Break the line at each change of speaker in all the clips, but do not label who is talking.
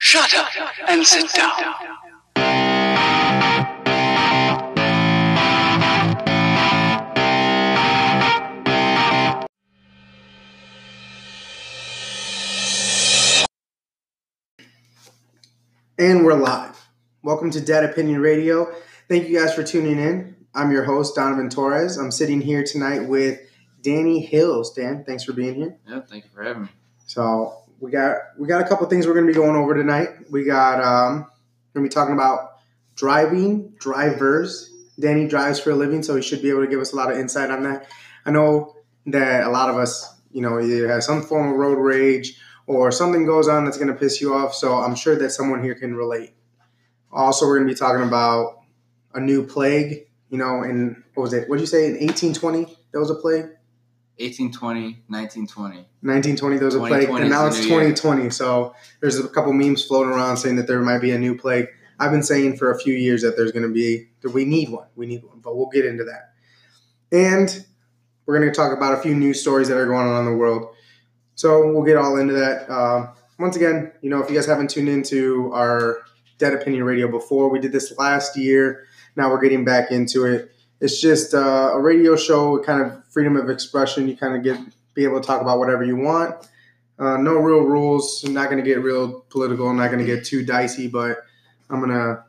Shut up and sit down.
And we're live. Welcome to Dead Opinion Radio. Thank you guys for tuning in. I'm your host, Donovan Torres. I'm sitting here tonight with Danny Hills. Dan, thanks for being here.
Yeah, thank you for having me.
So we got we got a couple things we're gonna be going over tonight. We got um we're gonna be talking about driving, drivers. Danny drives for a living, so he should be able to give us a lot of insight on that. I know that a lot of us, you know, either have some form of road rage or something goes on that's gonna piss you off. So I'm sure that someone here can relate. Also, we're gonna be talking about a new plague, you know, in what was it? What did you say? In 1820, there was a plague.
1820, 1920.
1920 there was a plague
2020
and now
is
it's
the new year.
2020 so there's a couple memes floating around saying that there might be a new plague i've been saying for a few years that there's going to be that we need one we need one but we'll get into that and we're going to talk about a few news stories that are going on in the world so we'll get all into that um, once again you know if you guys haven't tuned into our dead opinion radio before we did this last year now we're getting back into it it's just uh, a radio show kind of freedom of expression you kind of get be able to talk about whatever you want. Uh, no real rules. I'm not going to get real political. I'm not going to get too dicey, but I'm going to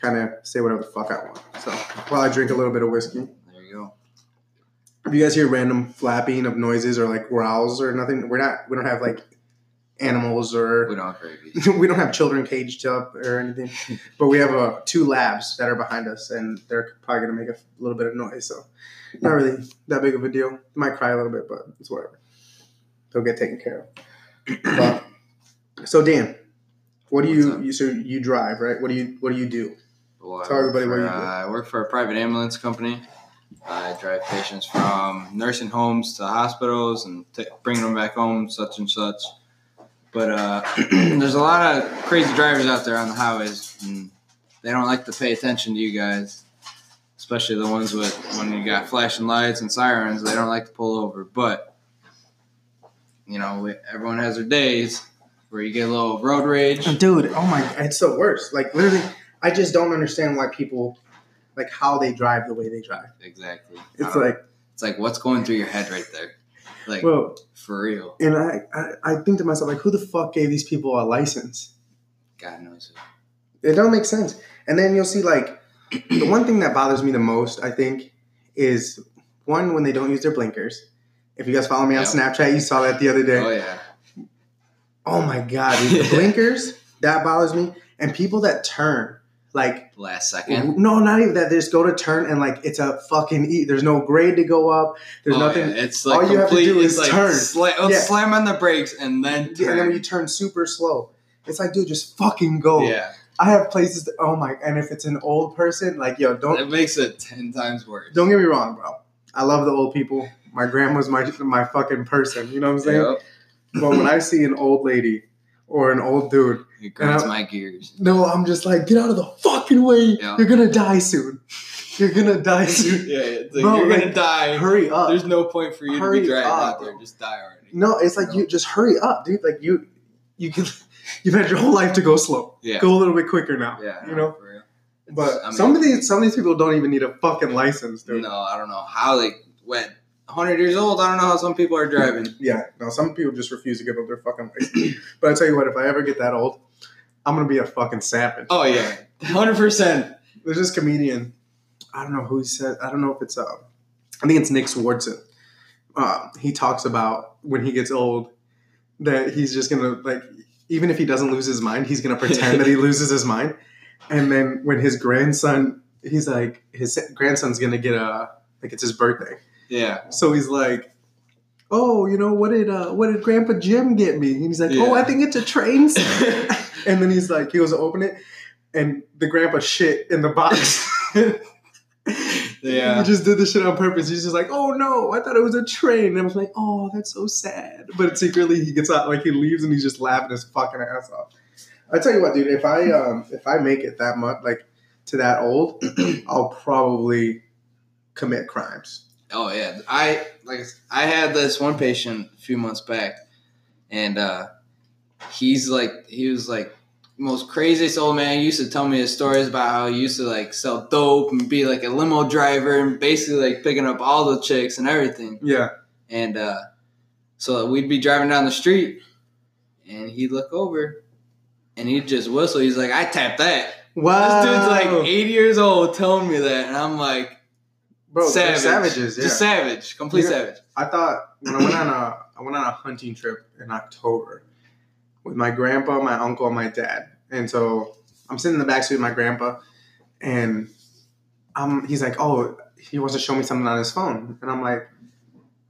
kind of say whatever the fuck I want. So while I drink a little bit of whiskey.
There you go.
If you guys hear random flapping of noises or like growls or nothing, we're not, we don't have like animals
We
or
don't have rabies.
we don't have children caged up or anything, but we have uh, two labs that are behind us and they're probably going to make a little bit of noise. So not really that big of a deal. Might cry a little bit, but it's whatever. They'll get taken care of. But, so Dan, what do
What's
you,
up?
you so you drive right? What do you what do you do?
Well, I
Tell everybody
work
what
for,
you do.
uh, I work for a private ambulance company. I drive patients from nursing homes to hospitals and t- bringing them back home, such and such. But uh, there's a lot of crazy drivers out there on the highways, and they don't like to pay attention to you guys, especially the ones with when you got flashing lights and sirens. They don't like to pull over, but you know we, everyone has their days where you get a little road rage.
Dude, oh my, it's the worst. Like literally, I just don't understand why people like how they drive the way they drive.
Exactly.
It's
I don't-
like
It's like what's going through your head right there, like
well,
for real.
and I, I I think to myself like, who the fuck gave these people a license?
God knows.
It don't make sense. And then you'll see like the one thing that bothers me the most, I think, is one when they don't use their blinkers. If you guys follow me on
Yeah.
Snapchat, you saw that the other day.
Oh yeah,
Oh my god, dude, the blinkers that bothers me, and people that turn like
last second. Oh,
no, not even that. They just go to turn and like it's a fucking e. There's no grade to go up. There's
Oh,
nothing.
yeah, It's like
all you have to
complete,
do
it's
is
like
turn.
sla- oh,
Yeah.
Slam on the brakes and then
Yeah,
turn.
and then when you turn super slow, it's like, dude, just fucking go.
yeah,
I have places. That, oh my! And if it's an old person, like yo, don't
it makes it ten times worse.
Don't get me wrong, bro. I love the old people. My grandma's my my fucking person. You know what I'm saying?
Yep.
But when I see an old lady or an old dude,
It grinds
I-
my gears.
no, I'm just like, get out of the fucking way.
Yeah.
You're gonna die soon. You're gonna die soon.
yeah, it's like
Bro,
you're
like,
gonna die.
hurry up.
There's no point for you to
Hurry
be driving
up.
out there. Just die already.
no, it's like you just hurry up, dude. Like you, you can. You've had your whole life to go slow.
Yeah.
Go a little bit quicker now.
Yeah,
You know.
for real.
But
I mean-
some of these some of these people don't even need a fucking license, dude.
No, I don't know how they went. 100 years old. I don't know how some people are driving.
Yeah, no, some people just refuse to give up their fucking license. but I tell you what, if I ever get that old, I'm gonna be a fucking savage.
Oh yeah, 100. percent
There's this comedian, I don't know who he said, I don't know if it's uh, I think it's Nick Swartzen. Uh, he talks about when he gets old that he's just gonna like, even if he doesn't lose his mind, he's gonna pretend that he loses his mind, and then when his grandson, he's like, his grandson's gonna get a like it's his birthday.
Yeah.
So he's like, "Oh, you know what did uh, what did Grandpa Jim get me?" And he's like, "Oh,
Yeah.
I think it's a train." set."
yeah,
and then he's like, he goes to open it, and the grandpa shit in the box. He just did this shit on purpose. He's just like, "Oh no, I thought it was a train." And I was like, "Oh, that's so sad." But secretly, he gets out, like he leaves, and he's just laughing his fucking ass off. I tell you what, dude. If I um, if I make it that much, like to that old, I'll probably commit crimes.
Oh yeah. I like I s- I had this one patient a few months back, and uh, he's like he was like most craziest old man used to tell me his stories about how he used to like sell dope and be like a limo driver and basically like picking up all the chicks and everything.
Yeah.
And uh, so we'd be driving down the street, and he'd look over, and he'd just whistle. He's like, "I tap that."
Wow.
This dude's
Oh.
like 80 years old, telling me that, and I'm like,
Bro, they're
savage.
savages. Yeah.
just savage, complete
Yeah.
savage.
I thought when I went on a I went on a hunting trip in October with my grandpa, my uncle, and my dad. And so I'm sitting in the backseat with my grandpa, and um, he's like, "Oh, he wants to show me something on his phone," and I'm like,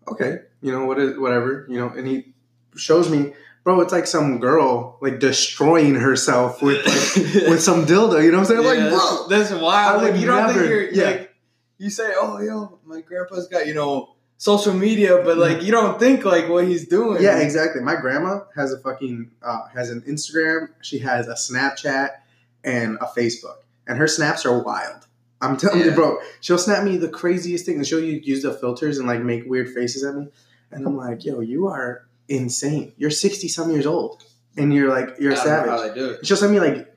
"Okay, you know what is whatever, you know." And he shows me, bro, it's like some girl like destroying herself with like, with some dildo. You know what I'm saying?
Yeah,
like, bro,
that's- that's, wild.
I would
like you don't
never-
think you're
yeah.
like you say, oh yo, my grandpa's got you know social media, but like you don't think like what he's doing.
Yeah, exactly. My grandma has a fucking uh, has an Instagram. She has a Snapchat and a Facebook, and her snaps are wild. I'm telling you,
Yeah.
bro. She'll snap me the craziest thing, and she'll u- use the filters and like make weird faces at me, and I'm like, yo, you are insane. You're sixty some years old, and you're like you're a
I don't know
savage.
how they do it
She'll send me like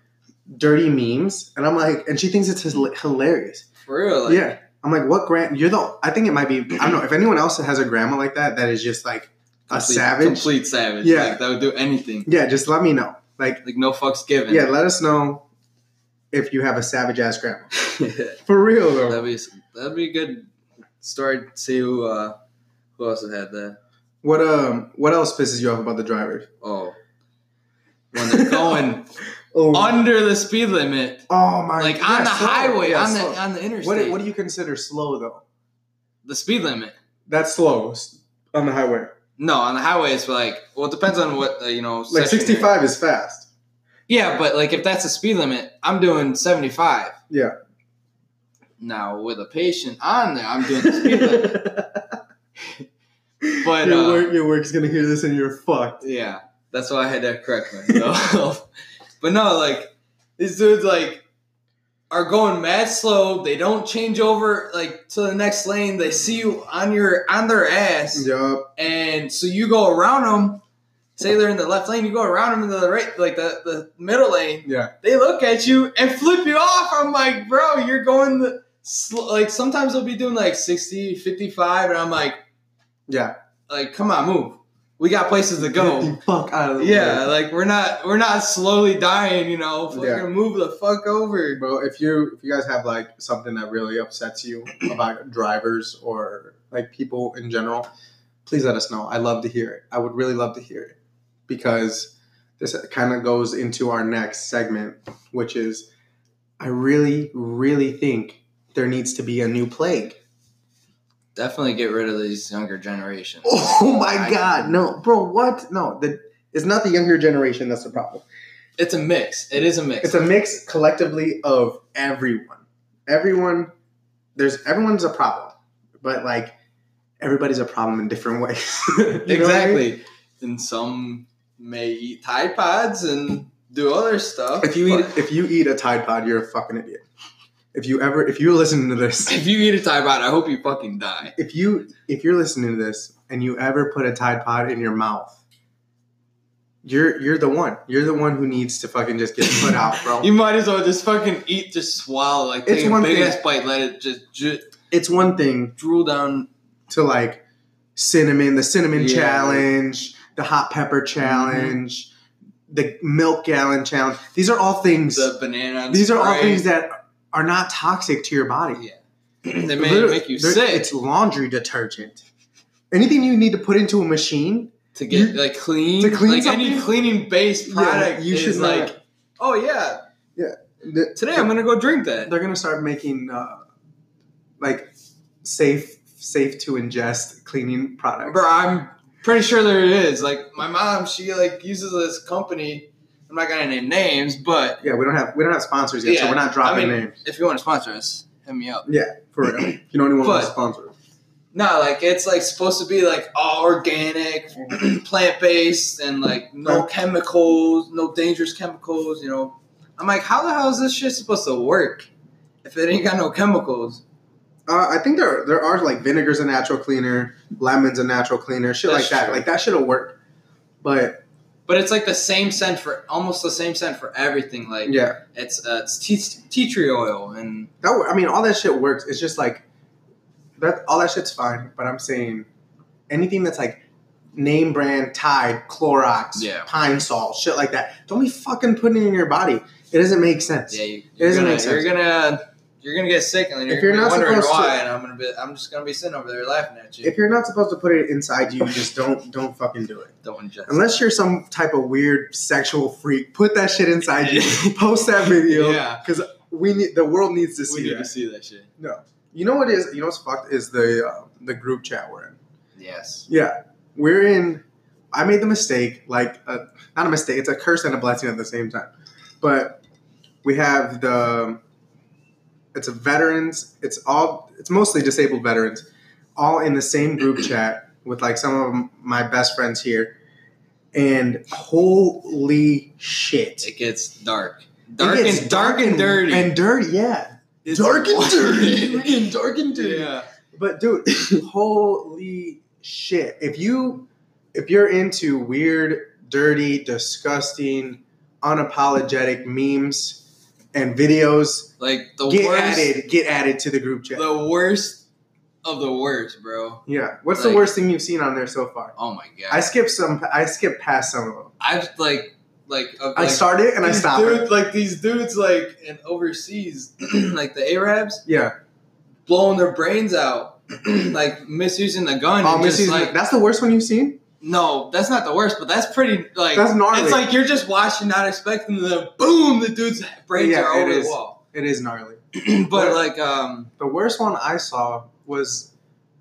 dirty memes, and I'm like, and she thinks it's hil- hilarious
for real. Like,
yeah. I'm like, what grand? You're the. I think it might be. I don't know if anyone else has a grandma like that. That is just like a
complete-
savage.
complete savage.
Yeah.
like, that would do anything.
Yeah, just let me know. Like,
Like no fucks given.
yeah, let us know if you have a savage ass grandma.
that'd
For real though.
be that'd be a good story. To see who uh, who else had that.
What um, what else pisses you off about the drivers?
Oh, when they're going
Oh,
under the speed limit,
oh my,
like
yeah,
on the
slow.
highway,
Yeah,
on the
slow.
on the interstate,
What, what do you consider slow though?
the speed limit.
That's slow s- on the highway.
No, on the highway it's like well, it depends on what uh, you know.
Like
section you're in.
sixty five is fast.
Yeah, but like if that's the speed limit, I'm doing seventy five.
Yeah.
Now with a patient on there, I'm doing the speed limit. But
your,
uh,
work, your work's gonna hear this and you're fucked.
yeah, that's why I had to correct myself. but no, like these dudes like are going mad slow. They don't change over like to the next lane. They see you on your on their ass.
Yup.
and so you go around them. Say they're in the left lane, you go around them into the right, like the, the middle lane.
Yeah.
They look at you and flip you off. I'm like, bro, you're going the, sl- like sometimes they'll be doing like 60, 55, and I'm like,
Yeah.
like come on, move. We got places to
Get
go.
the fuck out of the way.
Yeah, like we're not we're not slowly dying, you know. Fucking
Yeah.
move the fuck over.
Bro, if you if you guys have like something that really upsets you about drivers or like people in general, please let us know. I love to hear it. I would really love to hear it because this kind of goes into our next segment, which is I really really think there needs to be a new plague.
Definitely get rid of these younger generations.
Oh my god, no, bro, what? No, the it's not the younger generation that's the problem.
It's a mix. It is a mix.
It's a mix collectively of everyone. Everyone, there's everyone's a problem, but like everybody's a problem in different ways. You know what I mean?
exactly. And some may eat Tide Pods and do other stuff.
If you eat
but-
if you eat a Tide Pod, you're a fucking idiot. If you ever if you listen to this,
if you eat a Tide Pod, I hope you fucking die.
if you if you're listening to this and you ever put a Tide Pod in your mouth, you're you're the one. You're the one who needs to fucking just get put out, bro.
You might as well just fucking eat, just swallow. Like
It's
take a
one
big
thing-
ass bite, let it just ju-
it's one thing
drool down.
to like cinnamon, the cinnamon
Yeah. Mm-hmm.
challenge, the hot pepper challenge, the milk gallon challenge. These are all things.
The banana.
these are all
spray.
things that are not toxic to your body.
they may
Literally,
make you
they're-
sick
It's laundry detergent. Anything you need to put into a machine,
to get
you-
like clean.
to clean
like any
something?
cleaning based product,
you
you
should
should
not-
like. Oh yeah,
th-
today I'm gonna go drink that.
they're gonna start making uh, like safe, safe to ingest cleaning products.
Bro, I'm pretty sure there is. Like my mom, she like uses this company. I'm not gonna name names, but
Yeah, we don't have we don't have sponsors yet, so
Yeah,
we're not dropping
I mean-
names
if you want to sponsor us, hit me up.
for real. If you know anyone wants
But-
sponsors?
No, like it's like supposed to be like all organic, plant based, and like no
Right.
chemicals, no dangerous chemicals. You know, I'm like, how the hell is this shit supposed to work if it ain't got no chemicals?
Uh, I think there there are like vinegar's a natural cleaner, lemon's a natural cleaner, shit
That's
like that.
true.
Like that shit'll work, but
But it's like the same scent for almost the same scent for everything. Like
Yeah.
it's uh, it's tea, tea tree oil and
That wo- I mean, all that shit works. It's just like that. All that shit's fine. But I'm saying anything that's like name brand Tide, Clorox,
Yeah.
Pine Sol, shit like that. Don't be fucking putting it in your body. It doesn't make sense.
yeah, you,
It
you're
doesn't
gonna
make sense.
you're gonna you're gonna get sick and then you're,
If you're
gonna be
not
wondering
supposed
why,
to-
and I'm gonna be I'm just gonna be sitting over there laughing at you.
If you're not supposed to put it inside you, just don't don't fucking do it.
Don't ingest.
Unless you're some type of weird sexual freak, put that shit inside you. Post that video.
yeah,
We need the world needs to
we
see
need
that.
to see that shit.
You know what is? You know what's fucked is the uh, the group chat we're in.
Yes.
Yeah, we're in. I made the mistake, like a, not a mistake. It's a curse and a blessing at the same time. But we have the. It's a veterans. It's all. It's mostly disabled veterans, all in the same group chat with like some of my best friends here, and holy shit,
It gets dark. Dark
It gets
and dark and dirty.
and dirty. Yeah,
It's
dark and dirty.
We're
getting dark and
Yeah.
But dude, holy shit! If you if you're into weird, dirty, disgusting, unapologetic memes and videos,
Like the
get
worst
added. Get added to the group chat.
the worst of the worst, bro.
yeah. What's
like-
the worst thing you've seen on there so far?
Oh my
I
god.
skipped some. I skipped past some of them.
I, have like like of,
I
like,
started and I
these
stopped.
dudes- like these dudes like in overseas, like the Arabs
Yeah.
blowing their brains out, like misusing the gun.
Oh,
and just,
Missy's-
like
that's the worst one you've seen.
no, that's not the worst, but that's pretty like
That's gnarly.
It's like you're just watching, not expecting the boom. The dude's brains
Yeah,
are
it
over
is.
the wall.
It is gnarly.
but like um
The worst one I saw was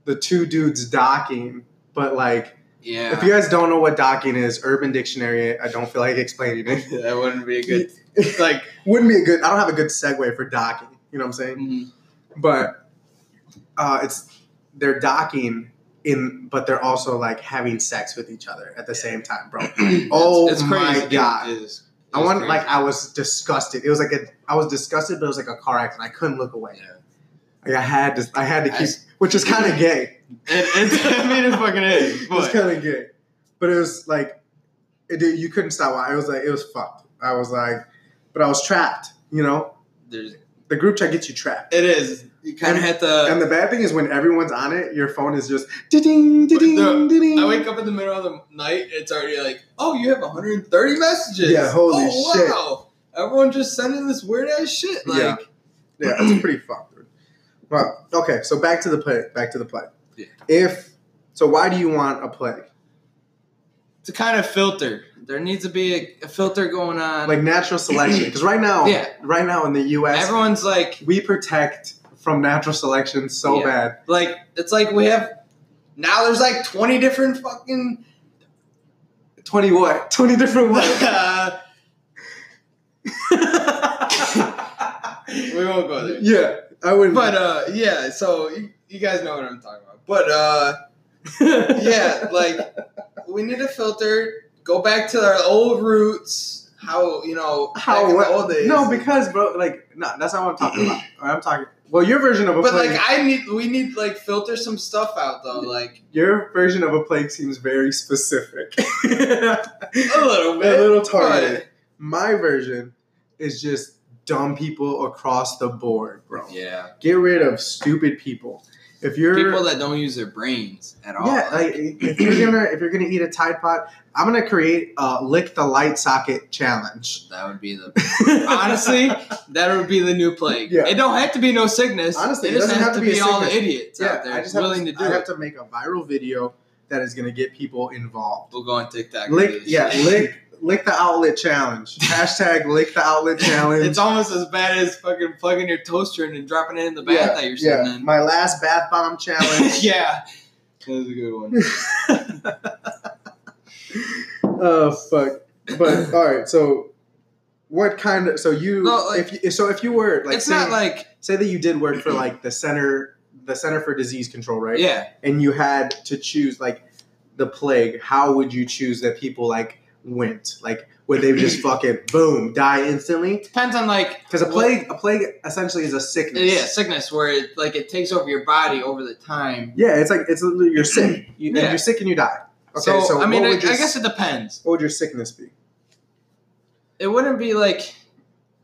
the two dudes docking, but like
yeah,
If you guys don't know what docking is, Urban Dictionary, I don't feel like explaining it.
that wouldn't be a good like.
Wouldn't be a good, I don't have a good segue for docking. You know what I'm saying?
mm,
But uh, it's, they're docking in, but they're also like having sex with each other at the same time, bro. oh
it's, it's
my
crazy. It
God.
is- it's
I want,
crazy.
like, I was disgusted. It was like a, I was disgusted, but it was like a car accident. I couldn't look away.
Yeah.
Like, I had to, I had to
I
keep,
s-
which is kind of gay.
It, it's, I mean, it fucking is.
It was
But
kind of gay, but it was like, it, you couldn't stop. watching. It was like it was fucked. I was like, but I was trapped. You know,
there's,
the group chat gets you trapped.
it is. You kind of
And-
have to.
and the bad thing is when everyone's on it, your phone is just ding ding
Dude,
ding.
I wake up in the middle of the night. It's already like, oh, you have 130 messages.
Yeah, holy
oh,
shit.
Wow. Everyone just sending this weird ass shit. Like,
Yeah. Yeah, that's pretty fucked. Dude. Well, okay, so back to the play. Back to the play.
Yeah.
If so, why do you want a play?
to kind of filter. There needs to be a, a filter going on.
Like natural selection, because right now,
Yeah.
right now in the U.S.,
Everyone's like,
we protect from natural selection so
Yeah.
bad.
like it's like we have now. There's like 20 different fucking.
Twenty what? Twenty different what?
Uh, we won't go there.
yeah, I wouldn't.
But uh, yeah, so you, you guys know what I'm talking about. But uh, yeah, like we need to filter, go back to our old roots. How you know back
how?
in the
What?
old days?
No, because bro, like, no, that's not what I'm talking about. I'm talking. Well, your version of a
but
plague,
like I need, we need like filter some stuff out though, like
your version of a plague seems very specific, a
a little bit,
little
Oh, but-
targeted. My version is just dumb people across the board, bro.
Yeah,
Get rid of stupid people. If you're
people that don't use their brains at all.
Yeah, like if you're gonna if you're gonna eat a Tide Pod, I'm gonna create a lick the light socket challenge.
that would be the honestly, that would be the new plague.
Yeah.
It don't have to be no sickness.
Honestly,
it
it
just
doesn't
has
have
to
to be a
all the
sickness.
idiots
yeah,
out there
I just
willing
have
to,
I
do
have
it.
to make a viral video that is gonna get people involved.
We'll go on TikTok. and do
Lick,
this
yeah,
shit.
lick, lick the outlet challenge. Hashtag lick the outlet challenge.
It's almost as bad as fucking plugging your toaster in and dropping it in the bath
Yeah,
that you're sitting
yeah, my last bath bomb
in.
challenge.
yeah. That was a good one.
Oh fuck! But all right, so what kind of so you
No, like-
if you, so if you were like
it's
say,
not like,
say that you did work for like the center the Center for Disease Control, right?
yeah.
and you had to choose like the plague, how would you choose that people like went? Like would they just fucking boom die instantly?
Depends on like,
Because a
What-
plague, a plague essentially is a sickness.
yeah, sickness where it, like it takes over your body over the time.
Yeah, it's like it's literally- you're sick. You,
Yeah.
You're sick and you die. Okay, so,
I mean,
what
I,
would your,
I guess it depends.
what would your sickness be?
It wouldn't be like.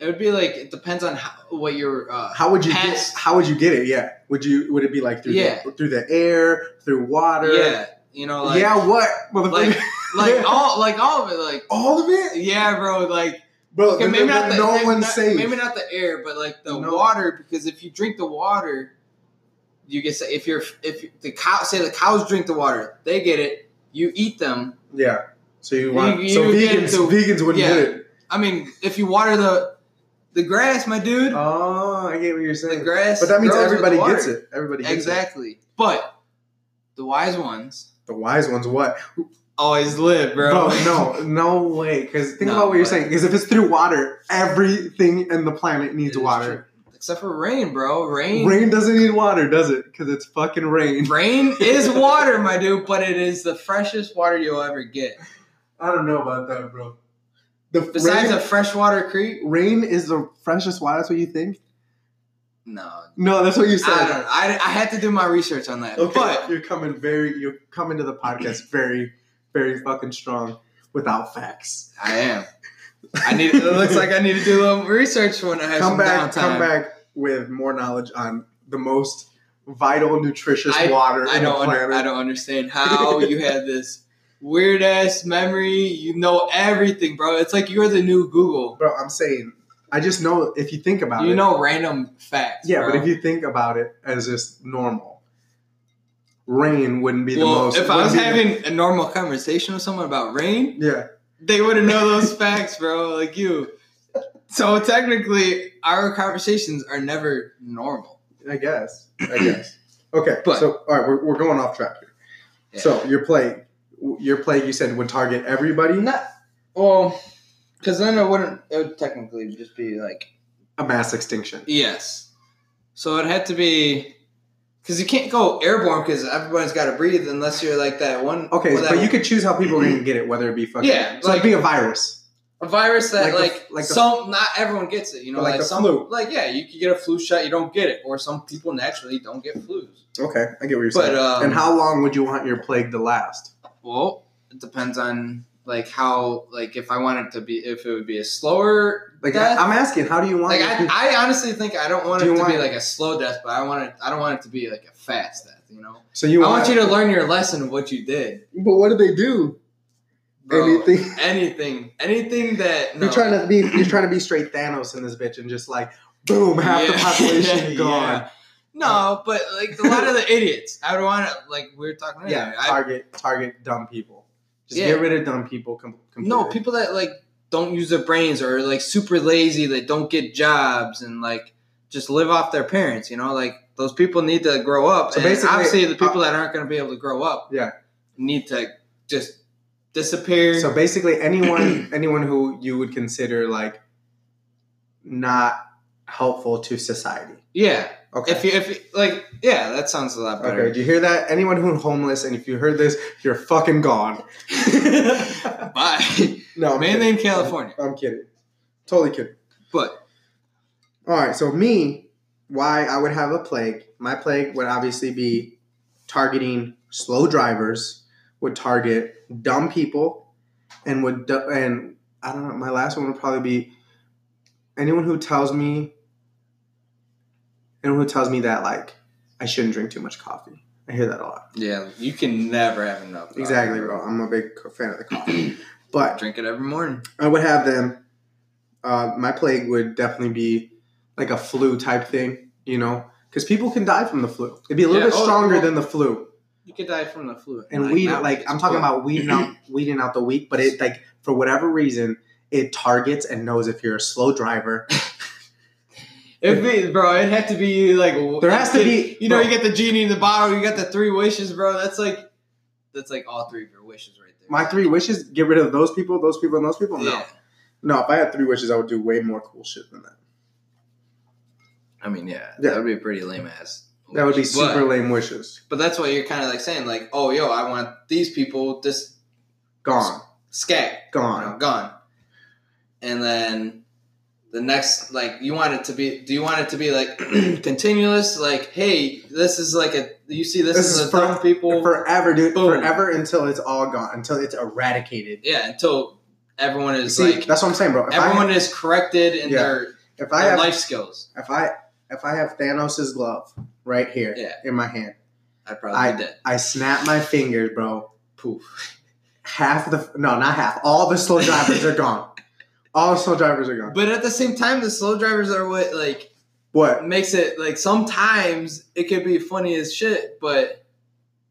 It would be like it depends on how, what your uh,
How would you
Past-
get? How would you get it? Yeah, would you? Would it be like through
Yeah.
the, through the air, through water?
yeah, you know, like
yeah. What?
like
motherfucker?
like all like all of it, like
all of it,
yeah, bro, like
bro.
Okay,
then-
maybe
then
not the,
no
maybe
one's
not,
safe.
Maybe not the air, but like the
No.
water, because if you drink the water, you get sa- if you're if the cow say the cows drink the water, they get it. You eat them.
Yeah. So you want
You-
so
you get
vegans
the-
vegans wouldn't
yeah.
get it.
I mean, if you water the the grass, my dude,
Oh, I get what you're
the
saying.
grass.
But that means
grows with
everybody
water.
gets it. Everybody gets it.
Exactly. But the wise ones
The wise ones, what? Oh,
always live, bro.
no, no way. Because think
No,
about what you're
but-
saying. Because if it's through water, everything in the planet
It
needs
is
water.
true. Except for rain, bro. Rain.
Rain doesn't need water, does it? Because it's fucking rain.
Rain is water, my dude, but it is the freshest water you'll ever get.
I don't know about that, bro. The
Besides
rain,
a freshwater creek,
rain is the freshest water. That's what you think?
no,
No, that's what you said.
I, don't know. I, I had to do my research on that.
Okay,
But
you're coming very. You're coming to the podcast very, very fucking strong without facts.
I am. I need. It looks like I need to do a little research when I have
Come
some
back,
downtime.
come back with more knowledge on the most vital, nutritious
I-
water
I
in the
don't.
planet.
Under, I don't understand how you had this weird ass memory. You know everything, bro. It's like you're the new Google.
Bro, I'm saying, I just know if you think about
You
it.
know random facts.
yeah,
bro.
but if you think about it as just normal, rain wouldn't be the
well,
most.
if I
wouldn't
was
be the-
having a normal conversation with someone about rain,
yeah,
they wouldn't know those facts, bro. Like you. So technically, our conversations are never normal.
I guess. I guess. Okay,
But-
so all right, we're, we're going off track here.
Yeah.
So your plague, your plague, you said would target everybody.
Not well, because then it wouldn't. It would technically just be like
a mass extinction.
yes. So it had to be because you can't go airborne because everyone's got to breathe unless you're like that one.
Okay,
well, that-
but you could choose how people are going to get it, whether it be fucking
Yeah,
so like,
like-
be a virus.
a virus
like
that like
the-
like,
like the-
some not everyone gets it. You know,
Like
like,
the
some
flu.
like yeah, you could get a flu shot, you don't get it, or some people naturally don't get flus.
Okay, I get what you're
But,
saying.
um,
and how long would you want your plague to last?
Well, it depends on like how like if I wanted to be if it would be a slower
Like
death.
I, am asking, how do you want?
Like
it to be-
I, I honestly think I don't want
Do
it
you
to
want-
be like a slow death, but I want it. I don't want it to be like a fast death. You know,
so you
I
want,
want you to learn your lesson of what you did.
But what do they do?
Bro.
Anything.
Anything, anything that no.
You're trying to be you're trying to be straight Thanos in this bitch and just like boom, half the
Yeah.
population
Yeah.
gone.
No, but like a lot of the idiots, I would want to like we were talking.
Yeah,
earlier, I,
target target dumb people. Just
Yeah.
get rid of dumb people. Com-
no
completely.
people that like don't use their brains or are, like super lazy that don't get jobs and like just live off their parents. You know, like those people need to grow up.
So
and
basically- uh,
obviously, the people that aren't going to be able to grow up,
Yeah.
need to just disappear.
So basically, anyone anyone who you would consider like not helpful to society.
Yeah.
Okay.
If you, if you, like, yeah, that sounds a lot
okay.
better.
Do you hear that? Anyone who's homeless, and if you heard this, you're fucking gone.
Bye.
no, I'm
Mainly in
kidding.
California.
I'm kidding. Totally kidding.
But
All right. So me, why I would have a plague? My plague would obviously be targeting slow drivers. Would target dumb people, and would du- and I don't know. My last one would probably be anyone who tells me, anyone who tells me that like I shouldn't drink too much coffee. I hear that a lot.
yeah, you can never have enough. coffee.
Exactly, bro. I'm a big co- fan of the coffee, but
Drink it every morning.
I would have them. Uh, my plague would definitely be like a flu type thing, you know, because people can die from the flu. It'd be a little
Yeah,
bit
oh,
stronger
well-
than the flu,
You could die from the flu.
and weed
now
like
it's
I'm talking
cool.
about weeding out weeding out the weak, but it like for whatever reason it targets and knows if you're a slow driver.
It'd be, bro, it'd have to be like.
There has to be,
You know,
bro.
you get the genie in the bottle, you got the three wishes, bro. That's like, that's like all three of your wishes right there.
My three wishes: get rid of those people, those people, and those people. No,
Yeah.
no. If I had three wishes, I would do way more cool shit than that.
I mean, yeah,
Yeah.
That would be a pretty lame ass.
That would be
wish,
super
But,
lame wishes.
but that's what you're kind of like saying, like, oh, yo, I want these people just
Gone,
scat.
gone.
gone. And then the next like you want it to be do you want it to be like continuous like hey this is like a you see this,
This
is,
is
a
for-
dumb people
forever, dude.
Boom.
Forever until it's all gone, until it's eradicated.
yeah until everyone is
See,
like
that's what I'm saying, bro. If
everyone
I,
is corrected in
Yeah.
their,
if I
their
have,
life skills
if I, if I have Thanos' glove right here
Yeah.
in my hand,
I probably
I-
did
I snap my fingers, bro.
poof
Half the no, not half. All the slow drivers are gone. All the slow drivers are gone.
but at the same time the slow drivers are what like
What?
makes it like sometimes it could be funny as shit but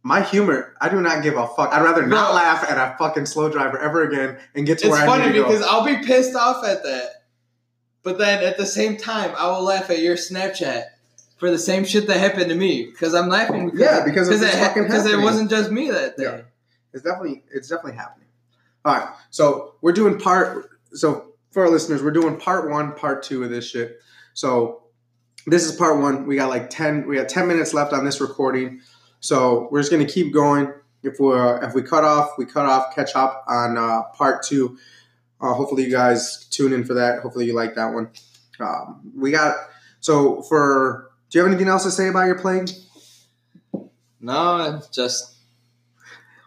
My humor. I do not give a fuck. I'd rather not
No.
laugh at a fucking slow driver ever again and get to
it's
where I
funny
need to
because
go.
I'll be pissed off at that but then at the same time I will laugh at your Snapchat for the same shit that happened to me because I'm laughing because
Yeah, because of
it,
what's
ha-
fucking
because it
happening.
wasn't just me that day
Yeah. It's definitely it's definitely happening. All right, so we're doing part. So for our listeners, we're doing part one, part two of this shit. So this is part one. We got like ten. We got ten minutes left on this recording. So we're just gonna keep going. If we are if we cut off, we cut off. Catch up on uh, part two. Uh, hopefully you guys tune in for that. Hopefully you like that one. Um, we got so for. Do you have anything else to say about your playing?
no it's just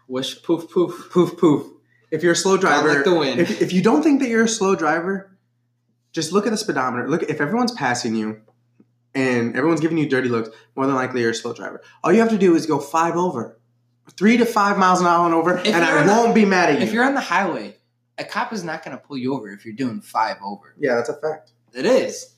wish poof poof
poof poof. If you're a slow
I
driver,
like the wind
if, if you don't think that you're a slow driver, just look at the speedometer. Look, if everyone's passing you and everyone's giving you dirty looks, more than likely you're a slow driver. All you have to do is go five over, three to five miles an hour and over,
If
and
you're
I
on the-
won't be mad at
If
you.
you're on the highway, a cop is not going to pull you over if you're doing five over.
Yeah, that's a fact.
It is.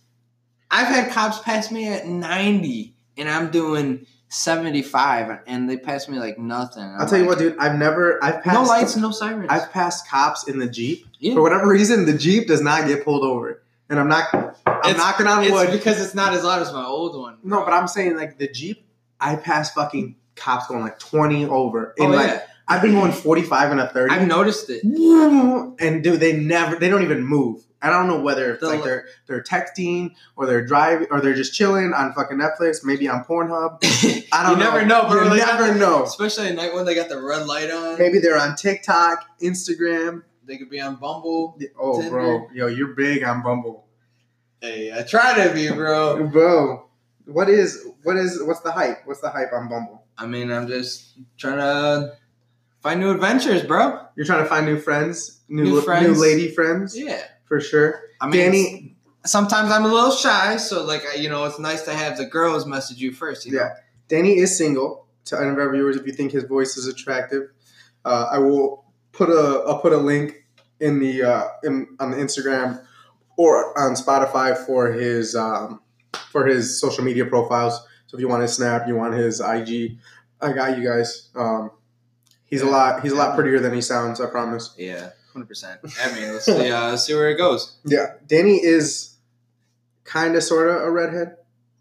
I've had cops pass me at 90 and I'm doing 75 and they pass me like nothing. I'm
I'll tell you
like,
what, dude. I've never, I've passed,
Oh No lights, no sirens.
I've passed cops in the jeep.
Yeah.
For whatever reason, the jeep does not get pulled over, and I'm not, I'm
It's-
knocking on
it's
wood.
because it's not as loud as my old one
No, but I'm saying like the Jeep, I pass fucking cops going like 20 over. And
oh,
like
yeah.
I've been going 45 and a 30.
I've noticed it
and dude, they never they don't even move. I don't know whether it's
The
like
li-
they're they're texting or they're driving or they're just chilling on fucking Netflix, maybe on Pornhub. I don't
you
know.
never know, bro.
You
They got
never
the-
know.
Especially at night when they got the red light on.
Maybe they're on TikTok, Instagram.
They could be on Bumble.
Oh,
Tinder.
bro, yo, you're big on Bumble,
Hey, I try to be, bro.
bro. What is what is what's the hype? What's the hype on Bumble?
I mean, I'm just trying to find new adventures, bro.
You're trying to find new friends, new
New
new,
friends.
lady friends
Yeah.
for sure.
I mean,
Danny,
sometimes I'm a little shy, so like, I, you know, it's nice to have the girls message you first. You know?
Yeah. Danny is single. To any of our viewers, if you think his voice is attractive, uh, I will put a I'll put a link in the uh, in, on the Instagram or on Spotify for his um, for his social media profiles. So if you want his Snap, you want his IG, I got you guys. Um, he's a lot he's a lot prettier than he sounds. I promise.
Yeah. Hundred percent. I mean, let's see, uh, let's see where it goes.
Yeah, Danny is kind of sort of a redhead,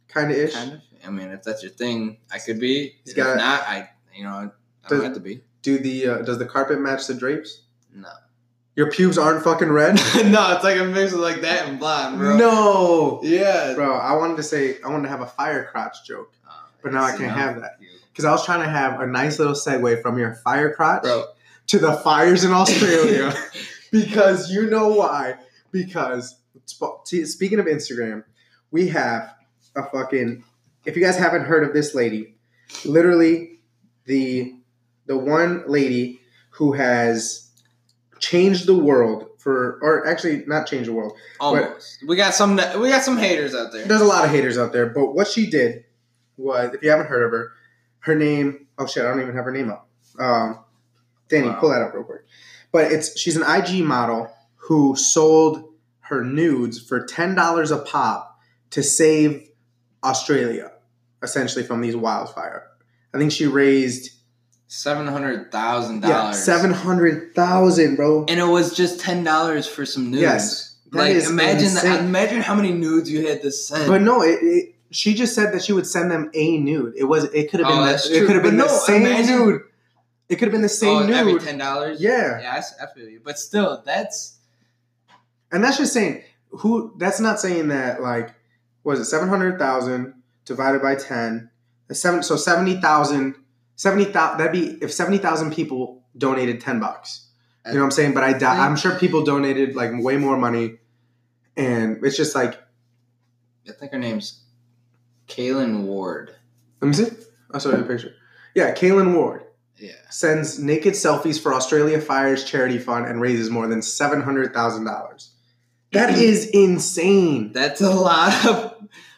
kind of ish.
Kind of. I mean, if that's your thing, I could be.
He's
If
got-
not, I you know, I
Does-
don't have to be.
Do the uh, does the carpet match the drapes?
No.
Your pubes aren't fucking red?
no, it's like a mix of like that and blonde, bro.
no.
Yeah.
Bro, I wanted to say I wanted to have a fire crotch joke, but now I can't have that because I was trying to have a nice little segue from your fire crotch
Bro.
to the fires in Australia because you know why? Because sp- t- speaking of Instagram, we have a fucking. If you guys haven't heard of this lady, literally the the one lady who has changed the world for, or actually not changed the world.
Almost. We got some. We got some haters out there.
There's a lot of haters out there, but what she did was, if you haven't heard of her, her name. Oh shit, I don't even have her name up. Um, Danny,
Wow.
pull that up real quick. But it's she's an IG model who sold her nudes for ten dollars a pop to save Australia, essentially from these wildfire. I think she raised
Seven hundred thousand
yeah,
dollars.
seven hundred thousand, bro.
and it was just $10 for some nudes.
Yes. That
like
is
imagine
insane.
that, imagine how many nudes you had to send.
But no, it, it, she just said that she would send them a nude. It was it could have been
Oh,
the-
that's
it
true.
could have been
But
the
no,
same
imagine-
nude. It could have been the same
oh,
nude.
every ten dollars.
yeah.
yeah, I s- I feel you. But still, that's
and that's just saying who. That's not saying that like was it seven hundred thousand divided by ten. That's Seven so seventy thousand. Seventy thousand. That'd be if seventy thousand people donated ten bucks. You know what I'm saying? But I doubt. I'm sure people donated like way more money, and It's just like,
I think her name's Kaylin Ward.
let me see. I saw your picture. Yeah, Kaylin Ward
Yeah.
sends naked selfies for Australia Fire's charity fund and raises more than seven hundred thousand dollars. That is insane.
That's a lot of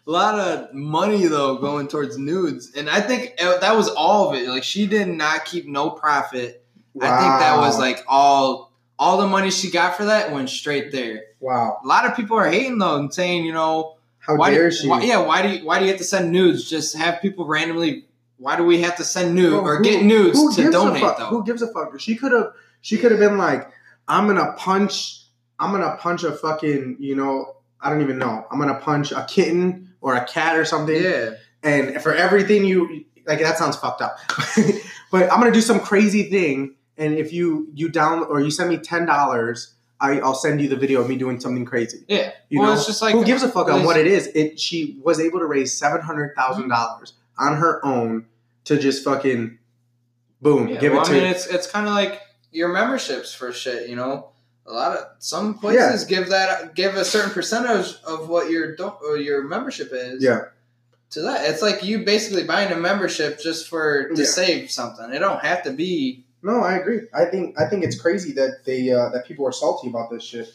a lot of money though going towards nudes, and I think uh, that was all of it. Like she did not keep no profit. I think that was
Wow.
like all all the money she got for that went straight there.
wow.
A lot of people are hating though and saying, you know,
How
why, do-
dare she?
why- yeah, why do you, why do you have to send nudes? Just have people randomly. Why do we have to send nudes
Bro,
or
who-
get nudes
who
to
gives a
donate
fuck?
though?
Who gives a fuck? She could have. She could have been like, "I'm gonna punch. I'm gonna punch a fucking. You know, I don't even know. I'm gonna punch a kitten or a cat or something.
yeah,
And for everything you like, that sounds fucked up. but I'm gonna do some crazy thing. And if you you down or you send me ten dollars, I'll send you the video of me doing something crazy.
yeah.
You
well,
know,
it's just like
who gives a fuck on
Liz-
what it is? It she was able to raise seven hundred thousand dollars on her own to just fucking boom
Yeah,
give
well,
it to.
I mean, it's it's kind of like your memberships for shit. You know, a lot of some places give that give a certain percentage of what your do- or your membership is.
Yeah.
To that, it's like you basically buying a membership just for to
Yeah.
save something. It don't have to be.
no, I agree. I think I think it's crazy that they uh, that people are salty about this shit.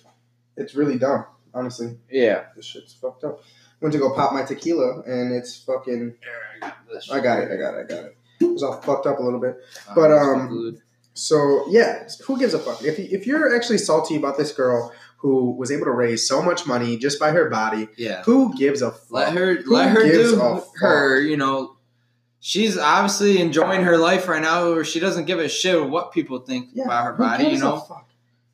It's really dumb, honestly.
Yeah.
This shit's fucked up. Went to go pop my tequila and it's fucking. I got it. I got it. I got it. It was all fucked up a little bit. But, um, So yeah, who gives a fuck? If if you're actually salty about this girl who was able to raise so much money just by her body,
yeah,
who gives a fuck?
let her
Who
let her
gives a
do
fuck?
her. You know, she's obviously enjoying her life right now, where she doesn't give a shit what people think
Yeah,
about her
Who
body. You
gives a
know,
fuck?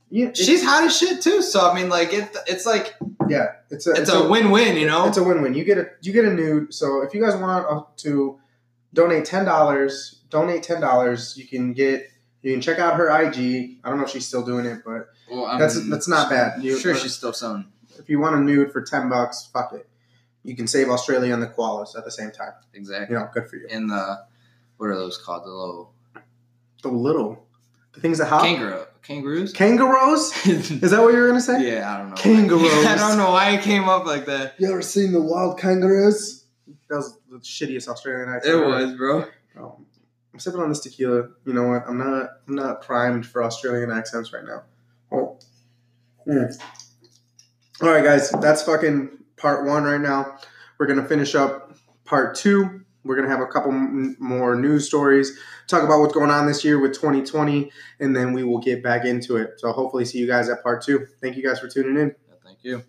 Yeah, it's-
she's hot as shit too. So I mean, like it, it's like
yeah. It's a
it's, a, win-win. You know,
It's a win-win. You get a you get a nude. So if you guys want uh, to donate ten dollars, donate ten dollars. You can get you can check out her IG. I don't know if she's still doing it, but
Well, I
that's
mean,
that's not bad. You,
sure, she's still selling.
if you want a nude for ten bucks, fuck it. You can save Australia and the koalas at the same time.
Exactly.
You know, good for you.
And the what are those called? The little
The little the things that hop.
kangaroo kangaroos.
Kangaroos? Is that what you were gonna say?
yeah, I don't know.
Kangaroos.
I don't know why it came up like that.
You ever seen the wild kangaroos? That was the shittiest Australian accent.
It
ever.
was, bro.
Um, I'm sipping on this tequila. You know what? I'm not. I'm not primed for Australian accents right now. Oh. Mm. All right, guys. That's fucking part one right now. We're gonna finish up part two. We're gonna have a couple m- more news stories. Talk about what's going on this year with 2020, and then we will get back into it. So hopefully, see you guys at part two. Thank you guys for tuning in.
Thank you.